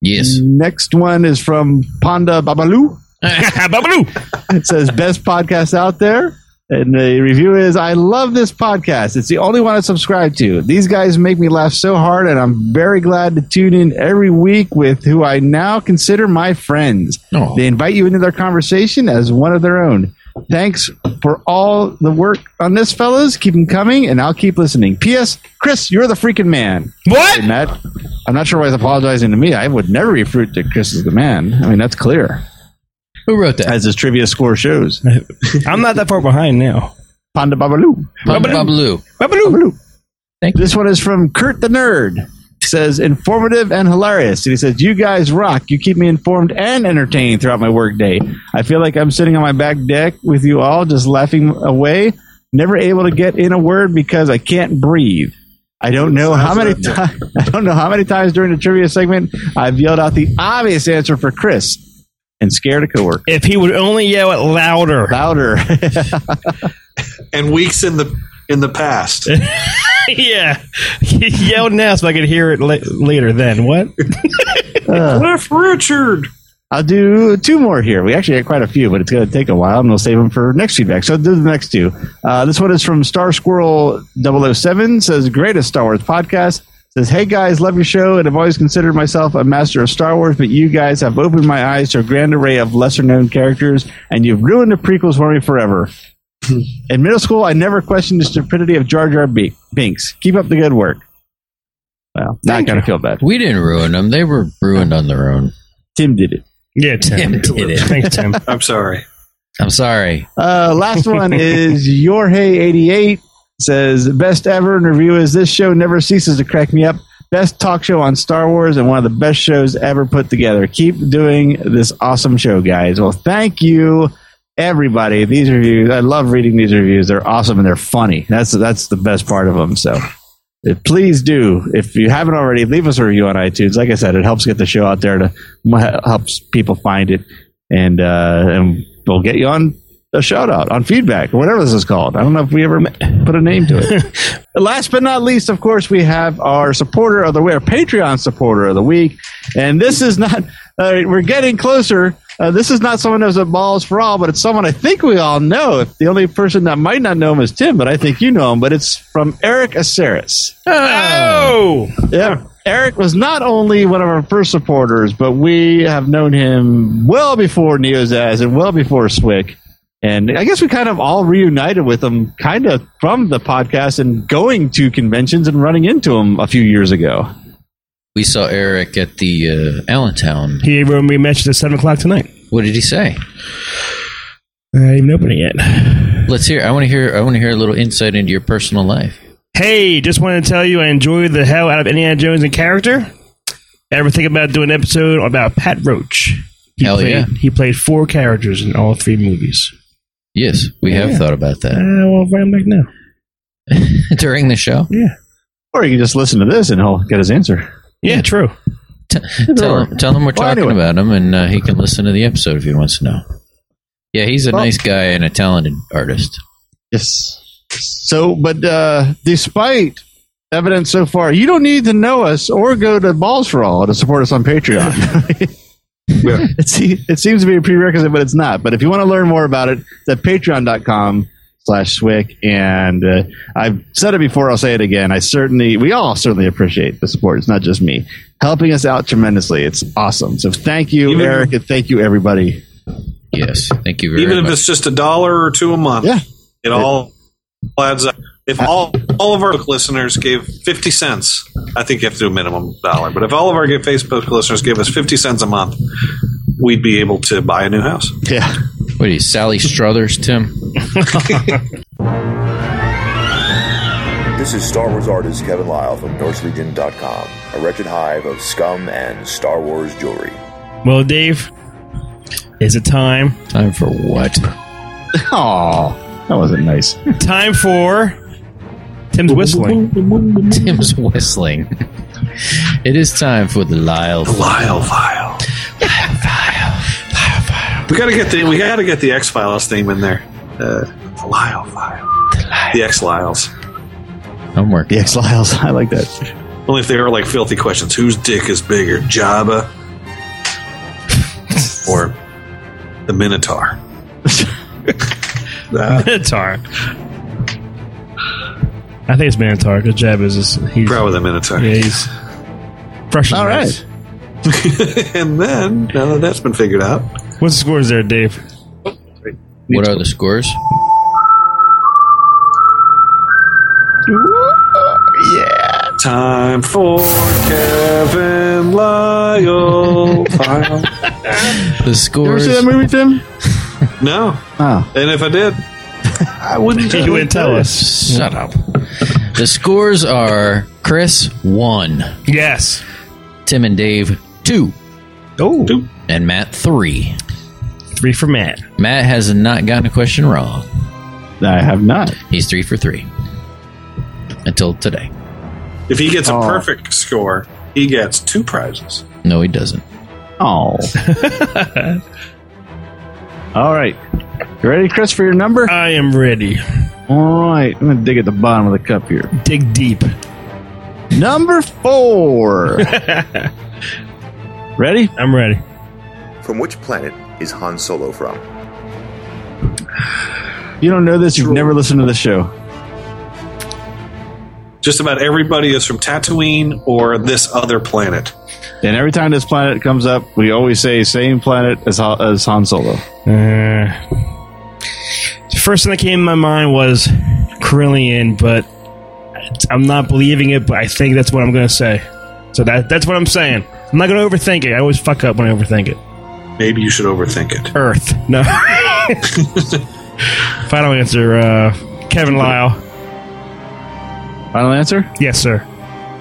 E: Yes.
G: Next one is from Panda Babalu.
B: Mm.
F: Babaloo.
G: It says, Best podcast out there. And the review is, I love this podcast. It's the only one I subscribe to. These guys make me laugh so hard, and I'm very glad to tune in every week with who I now consider my friends.
E: Oh.
G: They invite you into their conversation as one of their own. Thanks for all the work on this, fellas. Keep them coming, and I'll keep listening. P.S. Chris, you're the freaking man. Hey,
F: What?
G: Matt, I'm not sure why he's apologizing to me. I would never refer to Chris as the man. I mean, that's clear,
E: Who wrote that?
G: as his trivia score shows.
F: I'm not that far behind now.
G: Panda Babaloo.
E: Bob- Babaloo.
G: Babaloo.
E: Thank
G: This one is from Kurt the Nerd. Says informative and hilarious. And he says, You guys rock. You keep me informed and entertained throughout my workday. I feel like I'm sitting on my back deck with you all just laughing away. Never able to get in a word because I can't breathe. I don't know how many ti- I don't know how many times during the trivia segment I've yelled out the obvious answer for Chris and scared a coworker.
F: If he would only yell it louder.
G: Louder.
B: and weeks in the in the past.
F: yeah. He yelled now so I could hear it la- later then. What?
B: Cliff Richard.
G: I'll do two more here. We actually had quite a few, but it's going to take a while, and we'll save them for next feedback. So do the next two. Uh, this one is from Star Squirrel 007, says, greatest Star Wars podcast. Says, hey guys, love your show, and I've always considered myself a master of Star Wars, but you guys have opened my eyes to a grand array of lesser-known characters, and you've ruined the prequels for me forever. In middle school, I never questioned the stupidity of Jar Jar B- Binks. Keep up the good work. Well, not going to feel bad.
E: We didn't ruin them. They were ruined on their own.
G: Tim did it.
F: Yeah,
E: Tim
F: Tim.
E: did it.
F: Thanks, Tim.
B: I'm sorry.
E: I'm sorry.
G: Uh, last one is Your Hey 88 says, Best ever in review is this show never ceases to crack me up. Best talk show on Star Wars and one of the best shows ever put together. Keep doing this awesome show, guys. Well, thank you, everybody. These reviews, I love reading these reviews. They're awesome and they're funny. That's that's the best part of them. So uh, please do, if you haven't already, leave us a review on iTunes. Like I said, it helps get the show out there to helps people find it, and uh, and we'll get you on a shout out on feedback or whatever this is called. I don't know if we ever put a name to it. Last but not least, of course, we have our supporter of the week, our Patreon supporter of the week, and this is not. Uh, we're getting closer. Uh, this is not someone who's at Balls for All, but it's someone I think we all know. If the only person that might not know him is Tim, but I think you know him. But it's from Eric Aceris.
F: Oh!
G: Yeah. Eric was not only one of our first supporters, but we have known him well before Neozaz and well before Swick. And I guess we kind of all reunited with him kind of from the podcast and going to conventions and running into him a few years ago.
E: We saw Eric at the uh, Allentown.
F: He when we mentioned at seven o'clock tonight.
E: What did he say?
F: I haven't even opened it yet.
E: Let's hear. I want to hear. I want to hear a little insight into your personal life.
F: Hey, just wanted to tell you I enjoy the hell out of Indiana Jones in character. Ever think about doing an episode about Pat Roach? He
E: Hell
F: played,
E: yeah.
F: He played four characters in all three movies.
E: Yes, we have thought about
F: Uh,
E: that
F: well, right back now.
E: during the show.
F: Yeah.
G: Or you can just listen to this and he'll get his answer.
F: Yeah, true.
E: Tell him, tell him we're
G: Well,
E: talking
G: anyway.
E: about him, and uh, he can listen to the episode if he wants to know. Yeah, he's a nice guy and a talented artist.
G: Yes. So, but uh, despite evidence so far, you don't need to know us or go to Balls for All to support us on Patreon.
B: Yeah.
G: it, se- it seems to be a prerequisite, but it's not. But if you want to learn more about it, it's at patreon.com slash swick. And uh, I've said it before, I'll say it again. I certainly, we all certainly appreciate the support. It's not just me. Helping us out tremendously. It's awesome. So thank you,
B: Even-
G: Eric, and thank you, everybody.
E: Yes, thank you very
B: Even if
E: much.
B: it's just a dollar or two a month,
G: Yeah.
B: it all adds up. If all, all of our listeners gave 50 cents, I think you have to do a minimum dollar, but if all of our Facebook listeners gave us 50 cents a month, we'd be able to buy a new house.
G: Yeah.
E: what are you, Sally Struthers, Tim?
J: This is Star Wars artist Kevin Lyle from NorseLegion.com, a wretched hive of scum and Star Wars jewelry.
F: Well, Dave, is it time?
E: Time for what?
G: Aw, that wasn't nice.
F: Time for Tim's whistling.
E: Tim's whistling. it is time for the Lyle.
B: Lyle file. We gotta get the we gotta get the X Files theme in there. Uh, the Lyle file. The X Lyles.
E: I'm working.
G: The X Lyles, I like that.
B: Only if they are like filthy questions. Whose dick is bigger, Jabba or the Minotaur?
F: Minotaur. I think it's Minotaur. Good job. Is this? He's,
B: Probably the Minotaur.
F: Yeah, he's fresh. as
G: All
F: rice.
G: right.
B: and then now that that's been figured out,
F: What's the scores there, Dave?
E: What are the scores?
B: time for Kevin Lyle file.
E: The
G: You ever
E: scores.
G: see that movie, Tim?
B: No,
G: Oh.
B: and if I did, I wouldn't.
F: You wouldn't tell us.
E: Shut up. The scores are Chris one,
F: Yes.
E: Tim and Dave two,
F: Oh,
E: and Matt three.
F: three for Matt.
E: Matt has not gotten a question wrong.
G: I have not.
E: He's three for three until today.
B: If he gets a perfect score, he gets two prizes.
E: No, he doesn't.
G: Oh. All right. You ready, Chris, for your number?
B: Uh,
F: I am ready.
G: All right. I'm going to dig at the bottom of the cup here.
F: Dig deep.
G: Number four. ready?
F: I'm ready.
J: From which planet is Han Solo from?
G: You don't know this. You've never listened to the show.
B: Just about everybody is from Tatooine or this other planet.
G: And every time this planet comes up, we always say same planet as, Ha- as Han Solo.
F: Uh, the first thing that came to my mind was Carillion, but I'm not believing it. But I think that's what I'm going to say. So that that's what I'm saying. I'm not going to overthink it. I always fuck up when I overthink it.
B: Maybe you should overthink it.
F: Earth. No. Final answer. Uh, Kevin Lyle.
G: Final answer?
F: Yes, sir.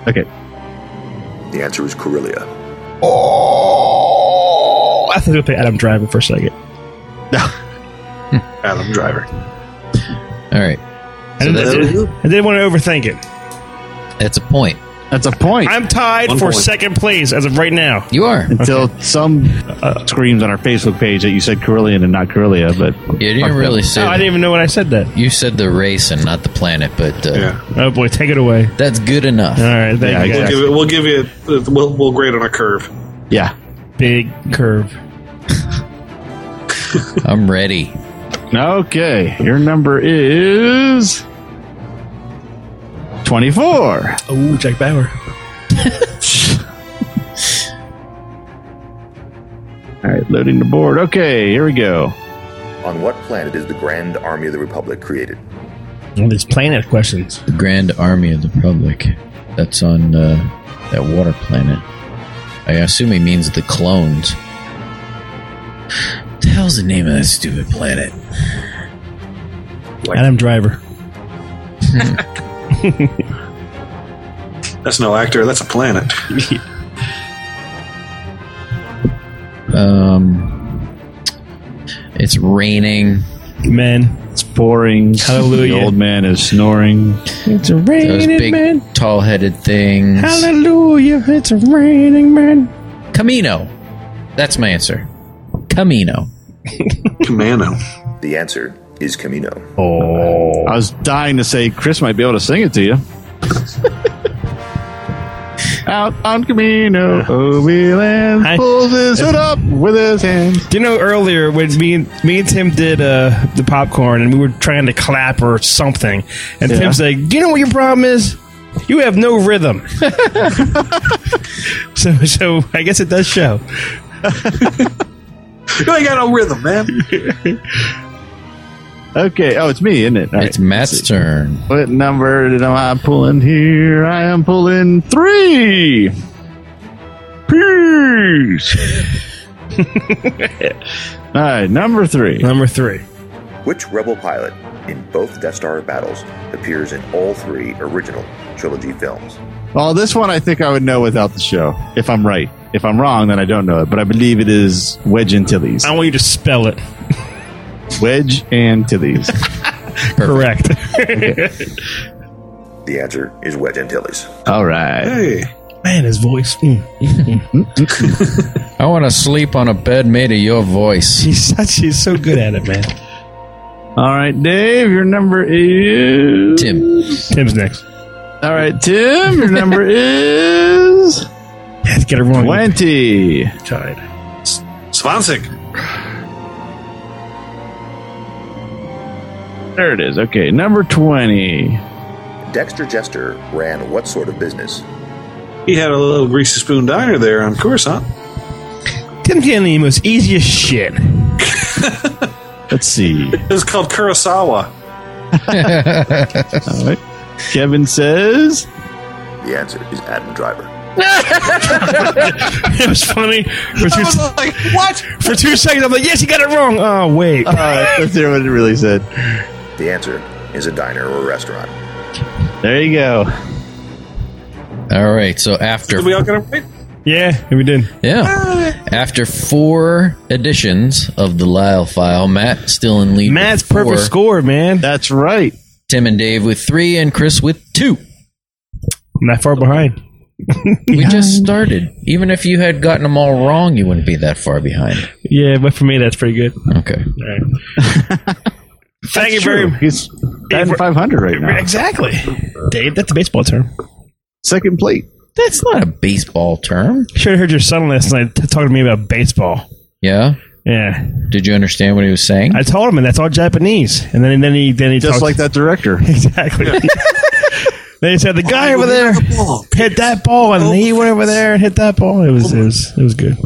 G: Okay.
J: The answer is Corellia.
F: Oh, I thought it would be Adam Driver for a second.
B: Adam Driver.
E: All right.
F: I
E: So
F: didn't, I
E: that's,
F: didn't- I didn't want to overthink it.
E: that's a point.
G: That's a point.
F: I'm tied
B: One
F: for
B: point.
F: second place as of right now.
E: You are.
G: Until some uh, screams on our Facebook page that you said Carillion and not Carillia, but
E: You didn't
G: Fuck
E: really say.
F: Oh, I
E: that.
F: didn't even know when I said that.
E: You said the race and not the planet, but uh,
B: Yeah.
F: Oh boy, take it away.
E: that's good enough.
F: All right, thank
G: Yeah,
F: you.
B: We'll
F: guys.
B: give it. We'll give you. We'll, we'll grade on a curve.
G: yeah.
F: Big curve.
E: I'm ready.
G: Okay, your number is 24.
F: Oh, Jack Bauer.
G: All right, loading the board. Okay, here we go.
J: On what planet is the Grand Army of the Republic created?
F: These planet questions.
E: The Grand Army of the Republic. That's on uh, that water planet. I assume he means the clones. The hell's the name of that stupid planet?
F: Adam Driver.
B: That's no actor. That's a planet.
E: Um, it's raining.
F: Men.
G: It's pouring.
F: Hallelujah.
G: The old man is snoring.
F: It's a
E: Those
F: raining
E: big, tall-headed things.
F: Hallelujah, it's a raining man.
E: Camino. That's my answer. Camino.
B: Commando.
J: The answer is Camino.
G: I was dying to say Chris might be able to sing it to you. Out on Camino, Obi
F: I-
G: Land pulls his hood up with his hand.
F: Do you know earlier when me and me and Tim did uh, the popcorn and we were trying to clap or something, and
G: Yeah.
F: Tim's like, "You know what your problem is? You have no rhythm." so, so I guess it does show.
B: You ain't got no rhythm, man.
G: Okay, oh, it's me, isn't it? All right.
E: It's Matt's turn.
G: What number did am I pulling here? I am pulling three. Peace. All right, number three.
F: Number three.
J: Which rebel pilot in both Death Star battles appears in all three original trilogy films?
G: Well, this one I think I would know without the show if I'm right. If I'm wrong, then I don't know it. But I believe it is Wedge Antilles.
F: I want you to spell it
G: Wedge Antilles.
F: correct.
J: The answer is Wedge Antilles.
G: All right.
B: Hey,
F: Man, his voice. mm.
E: I want to sleep on a bed made of your voice.
F: He's such. He's so good at it, man.
G: All right, Dave. Your number is
E: Tim.
F: Tim's next.
G: All right, Tim. Your number is
F: Yeah, get it wrong.
G: twenty.
F: Tied.
B: Swansig.
G: There it is. Okay, number twenty.
J: Dexter Jester ran what sort of business?
B: He had a little greasy spoon diner there on Coruscant.
F: Tim Cannon was easy as shit.
G: Let's see.
B: It was called Kurosawa.
G: All right. Kevin says
J: The answer is Adam Driver.
F: it was funny. For two,
B: like, what?
F: for two seconds, I'm like, yes, you got it wrong. Oh wait.
G: uh, let's hear what it really said.
J: The answer is a diner or a restaurant.
G: There you go.
E: All right, so after
B: Did we all get it right?
F: Yeah, we did.
E: Yeah. After four editions of the Lyle file, Matt still in lead.
F: Matt's
E: with four.
F: perfect score, man.
I: That's right.
E: Tim and Dave with three, and Chris with two.
F: Not far behind.
E: We just started. Even if you had gotten them all wrong, you wouldn't be that far behind.
F: Yeah, but for me, that's pretty good.
E: Okay.
F: All right. Thank you very
I: True.
F: much.
I: He's batting 500 right now.
F: Exactly. Dave, that's a baseball term.
I: Second plate.
E: That's not a baseball term.
F: Should have heard your son last night t- talking to me about baseball.
E: Yeah.
F: Yeah.
E: Did you understand what he was saying?
F: I told him, and that's all Japanese. And then, then he, then he
I: Just
F: talks-
I: like that director.
F: Exactly. they said the guy over there hit that ball, and he went over there and hit that ball. It was, it was, it was good.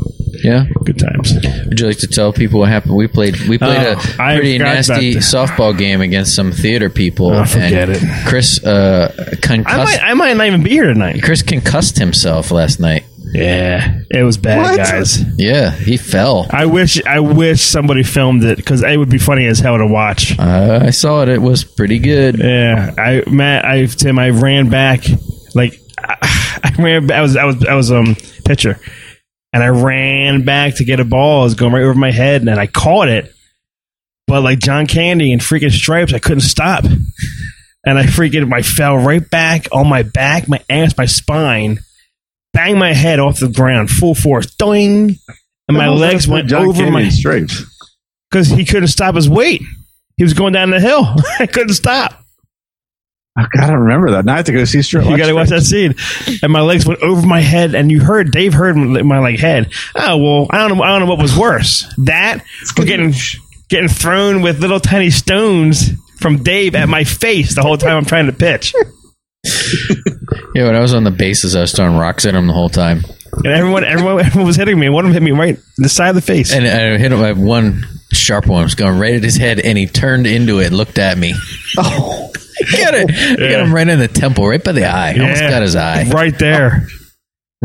E: yeah.
F: Good times.
E: Would you like to tell people what happened? We played we played
F: Oh,
E: a
F: I
E: pretty
F: forgot about
E: nasty
F: this.
E: softball game against some theater people.
F: Oh, forget
E: and
F: it.
E: Chris uh,
F: I might,
E: concussed.
F: I might not even be here tonight.
E: Chris concussed himself last night.
F: Yeah, it was bad, guys.
E: Yeah, he fell.
F: I wish, I wish somebody filmed it because it would be funny as hell to watch.
E: Uh, I saw it. It was pretty good.
F: Yeah, I Matt, I Tim, I ran back like I, I ran. I was I was I was um pitcher, and I ran back to get a ball. It was going right over my head, and then I caught it. But like John Candy and freaking stripes, I couldn't stop, and I freaking I fell right back on my back, my ass, my spine, banged my head off the ground full force, doing, and my legs went
I: John
F: over
I: Candy
F: my
I: stripes.
F: because he couldn't stop his weight. He was going down the hill. I couldn't stop.
I: I gotta remember that. Now I have to go see Strip.
F: You got to watch that scene. And my legs went over my head, and you heard Dave heard my my, like head. Oh well, I don't know. I don't know what was worse that or getting getting thrown with little tiny stones from Dave at my face the whole time I'm trying to pitch,
E: Yeah, when I was on the bases, I was throwing rocks at him the whole time.
F: and everyone everyone everyone was hitting me. One of them hit me right in the side of the face.
E: And I hit him with one sharp one. It was going right at his head, and he turned into it and looked at me. Oh, got it. I got him right in the temple, right by the eye. I Almost
F: Yeah.
E: got his eye.
F: right there,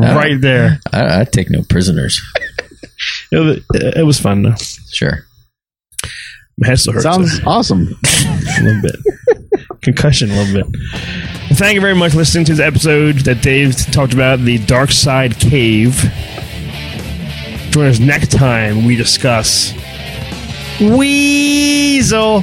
E: don't-
F: right there.
E: I, I take no prisoners.
F: It was, it was fun though.
E: Sure.
F: My head still hurts.
I: Sounds awesome.
F: a little bit. Concussion a little bit. Well, Thank you very much for listening to this episode that Dave talked about, the Dark Side Cave. Join us next time when we discuss Weasel.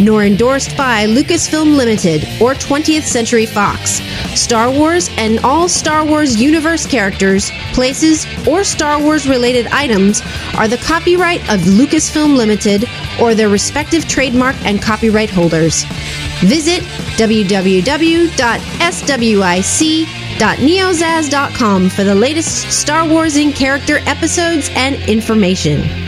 H: nor endorsed by Lucasfilm Limited or 20th Century Fox. Star Wars and all Star Wars universe characters, places, or Star Wars related items are the copyright of Lucasfilm Limited or their respective trademark and copyright holders. Visit E www.swic.neozaz.com for the latest Star Wars in character episodes and information.